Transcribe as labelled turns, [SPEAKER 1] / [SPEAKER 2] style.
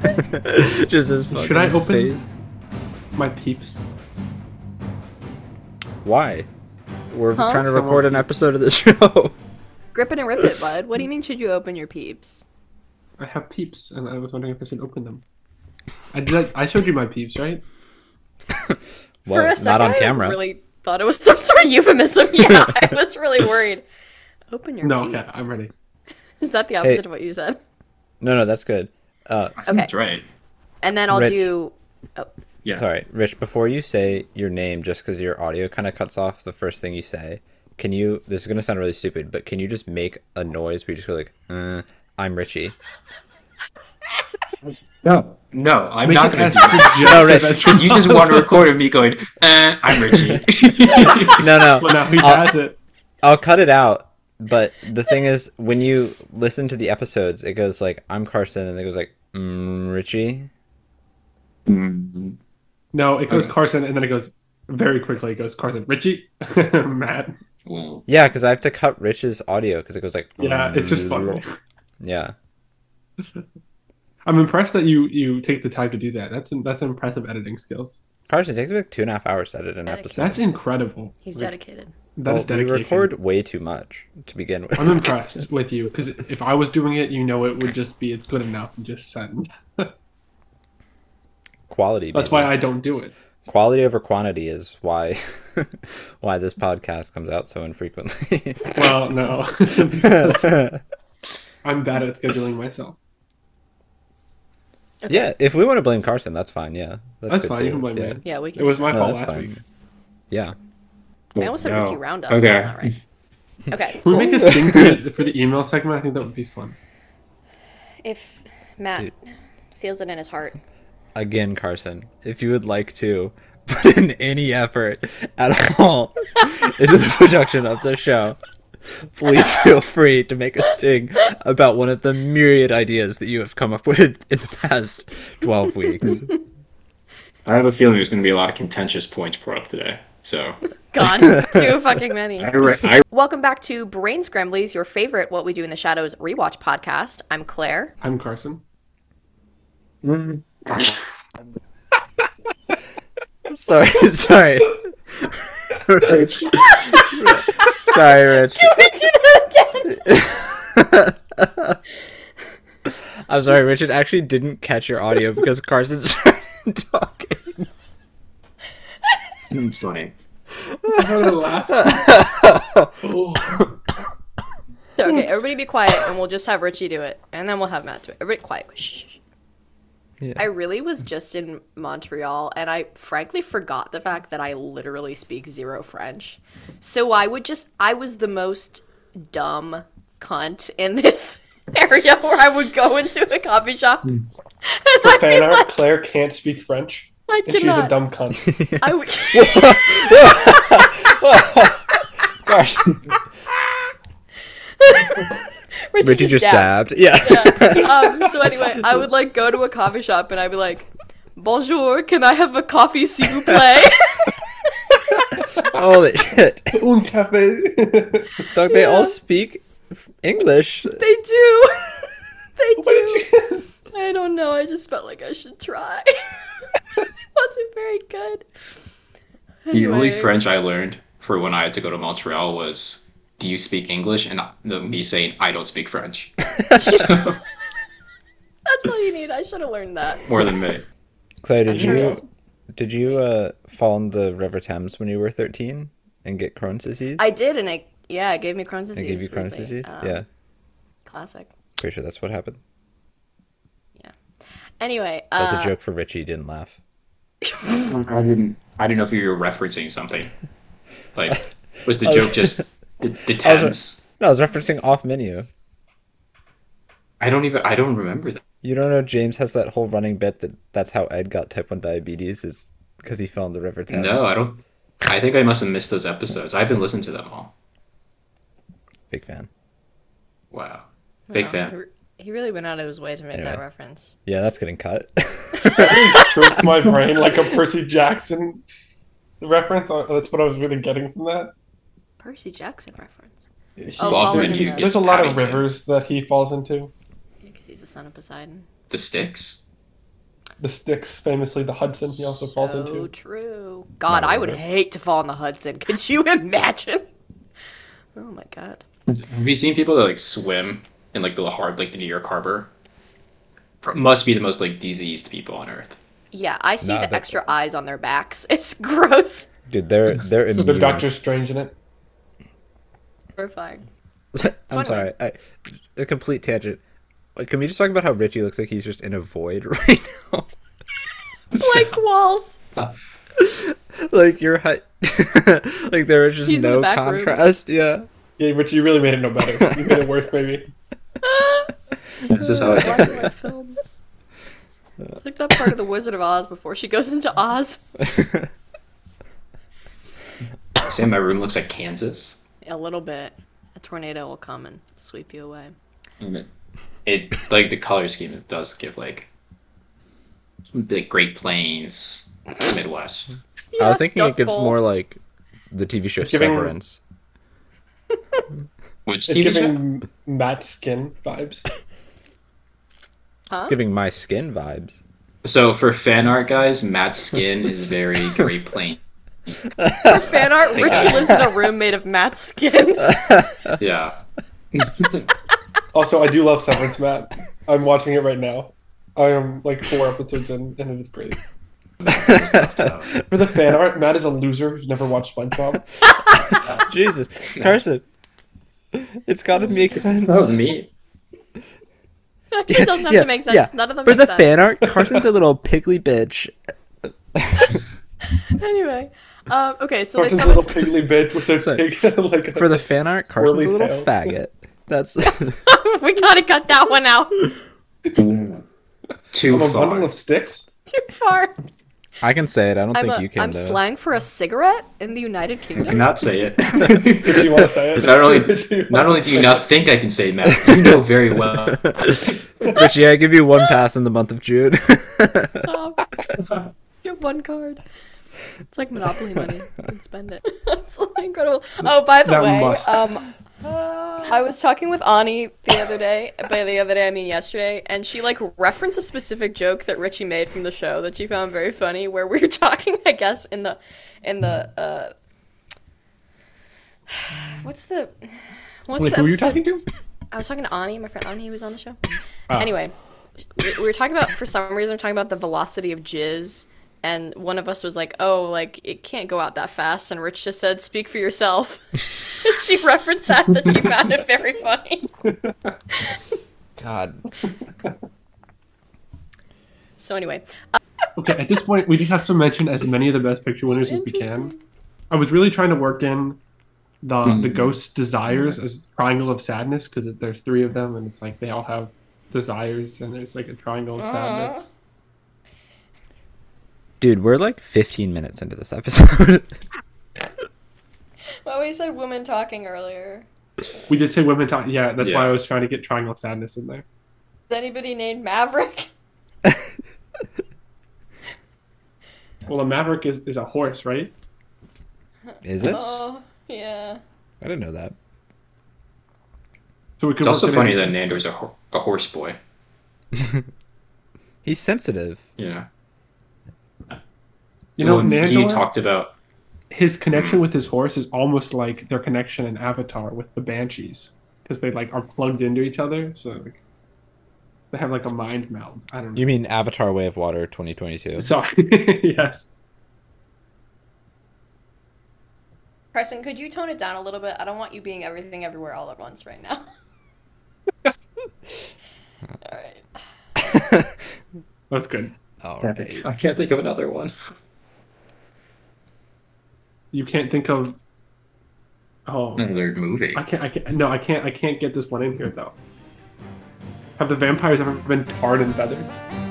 [SPEAKER 1] Just his fucking
[SPEAKER 2] Should I open
[SPEAKER 1] face.
[SPEAKER 2] my peeps?
[SPEAKER 1] Why? We're
[SPEAKER 3] Huh?
[SPEAKER 1] trying to record an episode of the show.
[SPEAKER 3] Grip it and rip it, bud. What do you mean? Should you open your peeps?
[SPEAKER 2] I have peeps, and I was wondering if I should open them. I did. I, I showed you my peeps, right?
[SPEAKER 3] For
[SPEAKER 1] Well,
[SPEAKER 3] a second,
[SPEAKER 1] not on
[SPEAKER 3] I
[SPEAKER 1] camera.
[SPEAKER 3] really thought it was some sort of euphemism. Yeah, I was really worried. Open your
[SPEAKER 2] No.
[SPEAKER 3] peeps.
[SPEAKER 2] Okay, I'm ready.
[SPEAKER 3] Is that the opposite of what you said?
[SPEAKER 1] No, no, that's good. Uh,
[SPEAKER 4] I think
[SPEAKER 3] Okay.
[SPEAKER 4] that's right.
[SPEAKER 3] And then I'll
[SPEAKER 1] Rich.
[SPEAKER 3] do.
[SPEAKER 4] Yeah.
[SPEAKER 1] sorry, Rich. Before you say your name, just because your audio kind of cuts off the first thing you say, can you? This is gonna sound really stupid, but can you just make a noise? where you just go like, uh, "I'm Richie."
[SPEAKER 4] No. No, I'm not
[SPEAKER 2] Make
[SPEAKER 4] going
[SPEAKER 2] an
[SPEAKER 4] to do that.
[SPEAKER 2] suggestive
[SPEAKER 1] No, Rich.
[SPEAKER 2] entrance.
[SPEAKER 4] Because you just want to record of me going, eh, I'm Richie.
[SPEAKER 1] No, no.
[SPEAKER 2] Well, now he
[SPEAKER 1] I'll-
[SPEAKER 2] has it.
[SPEAKER 1] I'll cut it out. But the thing is, when you listen to the episodes, it goes like, "I'm Carson," and it goes like, mm, "Richie."
[SPEAKER 4] Mm.
[SPEAKER 2] No, it goes
[SPEAKER 1] uh,
[SPEAKER 4] Okay.
[SPEAKER 2] Carson, and then it goes very quickly. It goes Carson, Richie, Matt.
[SPEAKER 4] Well,
[SPEAKER 1] Yeah, because I have to cut Rich's audio because it goes like.
[SPEAKER 2] Yeah, it's just fun.
[SPEAKER 1] Uh, Yeah.
[SPEAKER 2] I'm impressed that you you take the time to do that. That's that's impressive editing skills.
[SPEAKER 1] Carson it takes like two and a half hours to edit an
[SPEAKER 3] Dedicated.
[SPEAKER 1] episode.
[SPEAKER 2] That's incredible.
[SPEAKER 3] He's
[SPEAKER 2] Like,
[SPEAKER 3] dedicated.
[SPEAKER 2] That is
[SPEAKER 1] well, we
[SPEAKER 2] dedication.
[SPEAKER 1] record way too much to begin with.
[SPEAKER 2] I'm impressed with you because if I was doing it, you know, it would just be it's good enough and just send.
[SPEAKER 1] Quality.
[SPEAKER 2] That's why I don't do it.
[SPEAKER 1] quality over quantity is why why this podcast comes out so infrequently.
[SPEAKER 2] Well, no, I'm bad at scheduling myself.
[SPEAKER 1] Yeah, if we want to blame Carson, that's fine. Yeah,
[SPEAKER 2] That's
[SPEAKER 1] good
[SPEAKER 2] fine. You can blame
[SPEAKER 1] yeah.
[SPEAKER 2] me.
[SPEAKER 3] Yeah, we
[SPEAKER 2] It
[SPEAKER 3] can.
[SPEAKER 2] was my
[SPEAKER 1] No,
[SPEAKER 2] fault
[SPEAKER 1] that's
[SPEAKER 2] last
[SPEAKER 1] fine.
[SPEAKER 2] week.
[SPEAKER 1] Yeah.
[SPEAKER 3] I almost said
[SPEAKER 4] No.
[SPEAKER 3] Richie Roundup.
[SPEAKER 4] Okay.
[SPEAKER 3] That's not right. Okay.
[SPEAKER 2] Can
[SPEAKER 3] cool.
[SPEAKER 2] we make a sting for the, for the email segment? I think that would be fun.
[SPEAKER 3] if Matt feels it in his heart,
[SPEAKER 1] Again, Carson, if you would like to put in any effort at all into the production of the show, please feel free to make a sting about one of the myriad ideas that you have come up with in the past 12 weeks.
[SPEAKER 4] I have a feeling there's going to be a lot of contentious points brought up today. So
[SPEAKER 3] gone too fucking many.
[SPEAKER 4] I, re- I
[SPEAKER 3] Welcome back to Brain Scramblies, your favorite What We Do in the Shadows rewatch podcast. I'm Claire.
[SPEAKER 2] I'm Carson.
[SPEAKER 1] Sorry, sorry. Rich. sorry, Rich. I'm sorry, Richard. Actually, didn't catch your audio because Carson started talking.
[SPEAKER 4] I'm funny.
[SPEAKER 2] I heard a laugh. Oh.
[SPEAKER 3] Okay, everybody be quiet and we'll just have Richie do it. And then we'll have Matt do it. Everybody quiet. Shh.
[SPEAKER 1] Yeah.
[SPEAKER 3] I really was just in Montreal and I frankly forgot the fact that I literally speak zero French. So I would just, I was the most dumb cunt in this area where I would go into a coffee shop. And I'd be
[SPEAKER 2] Fan
[SPEAKER 3] like,
[SPEAKER 2] art. Claire can't speak French,
[SPEAKER 3] I
[SPEAKER 2] and she's a
[SPEAKER 3] cannot.
[SPEAKER 2] dumb cunt.
[SPEAKER 3] I would.
[SPEAKER 1] Oh. Carson.
[SPEAKER 3] Richie,
[SPEAKER 1] Richard just stabbed. Yeah.
[SPEAKER 3] um, so anyway, I would like go to a coffee shop and I'd be like, "Bonjour, can I have a coffee, s'il vous plaît?"
[SPEAKER 1] Holy shit.
[SPEAKER 2] Un café.
[SPEAKER 1] Dog, they all speak f- English.
[SPEAKER 3] they do. they do.
[SPEAKER 2] you?
[SPEAKER 3] I don't know. I just felt like I should try. it wasn't very good.
[SPEAKER 4] The only
[SPEAKER 3] Anyway.
[SPEAKER 4] French I learned for when I had to go to Montreal was, "Do you speak English?" And I- the, me saying, "I don't speak French," so,
[SPEAKER 3] That's all you need. I should have learned that.
[SPEAKER 4] more than me.
[SPEAKER 1] Claire, did
[SPEAKER 3] sure
[SPEAKER 1] you
[SPEAKER 3] it's-
[SPEAKER 1] did you uh, fall in the River Thames when you were 13 and get Crohn's disease?
[SPEAKER 3] I did, and it yeah, it gave me Crohn's disease.
[SPEAKER 1] They gave you Crohn's
[SPEAKER 3] weirdly.
[SPEAKER 1] disease?
[SPEAKER 3] Um,
[SPEAKER 1] yeah.
[SPEAKER 3] classic.
[SPEAKER 1] Pretty sure that's what happened.
[SPEAKER 3] Anyway,
[SPEAKER 1] That was
[SPEAKER 3] uh,
[SPEAKER 1] a joke for Richie. He didn't laugh.
[SPEAKER 4] I didn't. I didn't know if you were referencing something. Like, was the joke just the, the Thames?
[SPEAKER 1] No, I was referencing off menu.
[SPEAKER 4] I don't even. I don't remember that.
[SPEAKER 1] You don't know James has that whole running bit that that's how Ed got type 1 diabetes is because he fell in the River Thames.
[SPEAKER 4] No, I don't. I think I must have missed those episodes. I haven't listened to them all.
[SPEAKER 1] Big fan.
[SPEAKER 4] Wow, big
[SPEAKER 3] wow,
[SPEAKER 4] fan.
[SPEAKER 3] He he really went out of his way to make that
[SPEAKER 1] Anyway.
[SPEAKER 3] reference.
[SPEAKER 1] Yeah, that's getting cut.
[SPEAKER 2] Choked my brain like a Percy Jackson reference. Uh, That's what I was really getting from that.
[SPEAKER 3] Percy Jackson reference.
[SPEAKER 2] He-
[SPEAKER 3] Oh,
[SPEAKER 4] Well,
[SPEAKER 3] following
[SPEAKER 4] then
[SPEAKER 3] him
[SPEAKER 4] you
[SPEAKER 3] then.
[SPEAKER 4] get
[SPEAKER 2] There's a lot of
[SPEAKER 4] Paddington.
[SPEAKER 2] rivers that he falls into.
[SPEAKER 3] Because he's the son of Poseidon.
[SPEAKER 4] The sticks.
[SPEAKER 2] the Styx, famously the Hudson, he also falls
[SPEAKER 3] so
[SPEAKER 2] into.
[SPEAKER 3] true. God, I would hate to fall in the Hudson. Could you imagine? Oh my god.
[SPEAKER 4] Have you seen people that like swim in like the hard like the New York harbor? Pro- Must be the most like diseased people on earth.
[SPEAKER 3] Yeah, I see
[SPEAKER 1] Nah,
[SPEAKER 3] the
[SPEAKER 1] that-
[SPEAKER 3] extra eyes on their backs. It's gross.
[SPEAKER 1] Dude, they're they're
[SPEAKER 2] The
[SPEAKER 1] immune.
[SPEAKER 2] Doctor Strange in it.
[SPEAKER 3] Horrifying.
[SPEAKER 1] I'm sorry. I, a complete tangent. Like, can we just talk about how Richie looks like he's just in a void right now?
[SPEAKER 3] Blank walls.
[SPEAKER 1] like your height, like there is just
[SPEAKER 3] He's in the
[SPEAKER 1] no
[SPEAKER 3] back rooms.
[SPEAKER 1] contrast. Yeah.
[SPEAKER 2] Yeah, Rich, you really made it no better. You made it worse, maybe.
[SPEAKER 4] This is how I think.
[SPEAKER 3] Twilight film. It's like that part of the Wizard of Oz before she goes into Oz.
[SPEAKER 4] See, my room looks like Kansas.
[SPEAKER 3] A little bit. A tornado will come and sweep you away.
[SPEAKER 4] It like the color scheme it does give like like Great Plains, Midwest.
[SPEAKER 1] I was thinking it
[SPEAKER 3] Dust
[SPEAKER 1] gives
[SPEAKER 3] Bowl.
[SPEAKER 1] more like the TV show
[SPEAKER 2] giving-
[SPEAKER 1] Severance.
[SPEAKER 4] Which
[SPEAKER 2] It's
[SPEAKER 4] TV show?
[SPEAKER 2] giving Matt Skin vibes.
[SPEAKER 1] It's giving my skin vibes.
[SPEAKER 4] So for fan art guys, Matt's skin is very Great Plains.
[SPEAKER 3] Fan art. Richie
[SPEAKER 1] uh,
[SPEAKER 3] lives in a room made of Matt's skin.
[SPEAKER 4] Yeah.
[SPEAKER 2] Also, I do love Severance, Matt. I'm watching it right now. I am like four episodes in, and it is great. For the fan art, Matt is a loser who's never watched SpongeBob.
[SPEAKER 1] Jesus, Carson. It's gotta make sense.
[SPEAKER 4] Oh, me.
[SPEAKER 3] it doesn't have to make sense. None of them
[SPEAKER 1] For
[SPEAKER 3] make
[SPEAKER 1] the
[SPEAKER 3] sense.
[SPEAKER 1] fan art, Carson's a little piggly bitch.
[SPEAKER 3] Anyway, um, okay, so there's
[SPEAKER 2] Carson's a
[SPEAKER 3] some.
[SPEAKER 2] little piggly bitch with their
[SPEAKER 1] Sorry.
[SPEAKER 2] pig. like
[SPEAKER 1] For the fan art, Carson's a
[SPEAKER 2] Swirly
[SPEAKER 1] little
[SPEAKER 2] tail.
[SPEAKER 1] faggot. That's
[SPEAKER 3] we gotta cut that one out
[SPEAKER 4] Too
[SPEAKER 2] I'm a bundle
[SPEAKER 4] far.
[SPEAKER 2] of sticks.
[SPEAKER 3] too far.
[SPEAKER 1] I can say it. I don't
[SPEAKER 3] I'm,
[SPEAKER 1] think
[SPEAKER 3] a,
[SPEAKER 1] you can
[SPEAKER 3] I'm
[SPEAKER 1] though.
[SPEAKER 3] slang for a cigarette in the United Kingdom.
[SPEAKER 4] Not say it.
[SPEAKER 2] Did you want to say it?
[SPEAKER 4] Not only,
[SPEAKER 2] Did you
[SPEAKER 4] not
[SPEAKER 2] want-
[SPEAKER 4] only do you not think I can say Matt, you know very well.
[SPEAKER 1] Richie, I give you one pass in the month of June.
[SPEAKER 3] Stop. You have one card. It's like Monopoly money. You can spend it. It's incredible. Oh, by the
[SPEAKER 2] That
[SPEAKER 3] way,
[SPEAKER 2] must.
[SPEAKER 3] um, I was talking with Ani the other day. By the other day, I mean yesterday, and she like referenced a specific joke that Richie made from the show that she found very funny. Where we were talking, I guess, in the, in the, uh, what's the, what's
[SPEAKER 2] Like,
[SPEAKER 3] the?
[SPEAKER 2] who are you
[SPEAKER 3] episode?
[SPEAKER 2] talking to?
[SPEAKER 3] I was talking to Ani, my friend Ani, who was on the show. Anyway, we, we were talking about for some reason we we're talking about the velocity of jizz, and one of us was like, "Oh, like it can't go out that fast," and Rich just said, "Speak for yourself." she referenced that that she found it very funny.
[SPEAKER 1] God.
[SPEAKER 3] So anyway,
[SPEAKER 2] Okay, at this point, we just have to mention as many of the best picture winners as we can. I was really trying to work in the
[SPEAKER 1] Hmm.
[SPEAKER 2] the ghost desires as triangle of sadness because there's three of them and it's like they all have desires and there's like a triangle
[SPEAKER 3] Uh-huh.
[SPEAKER 2] of sadness.
[SPEAKER 1] Dude, we're like 15 minutes into this episode.
[SPEAKER 3] well, we said women talking earlier.
[SPEAKER 2] We did say women talk. Yeah, that's why
[SPEAKER 4] Yeah.
[SPEAKER 2] I was trying to get triangle of sadness in there.
[SPEAKER 3] Is anybody named Maverick?
[SPEAKER 2] Well, a maverick is, is a horse, right?
[SPEAKER 1] Is it?
[SPEAKER 3] Oh, yeah.
[SPEAKER 1] I didn't know that.
[SPEAKER 2] So we could.
[SPEAKER 4] It's
[SPEAKER 2] work
[SPEAKER 4] also
[SPEAKER 2] it
[SPEAKER 4] funny
[SPEAKER 2] in.
[SPEAKER 4] that Nander's a, ho- a horse boy.
[SPEAKER 1] He's sensitive.
[SPEAKER 4] Yeah.
[SPEAKER 2] you know
[SPEAKER 4] When he
[SPEAKER 2] Nandor,
[SPEAKER 4] talked about
[SPEAKER 2] his connection with his horse is almost like their connection in Avatar with the banshees because they like are plugged into each other, so like, they have like a mind meld. I don't know.
[SPEAKER 1] You mean Avatar Way of Water 2022?
[SPEAKER 2] Sorry. yes.
[SPEAKER 3] Carson, could you tone it down a little bit? I don't want you being everything everywhere all at once right now. all right.
[SPEAKER 2] That's good.
[SPEAKER 1] All
[SPEAKER 4] I can't think of another one.
[SPEAKER 2] You can't think of. Oh,
[SPEAKER 4] Another movie.
[SPEAKER 2] I can't. I can't. No, I can't. I can't get this one in here though. Have the vampires ever been tarred and feathered?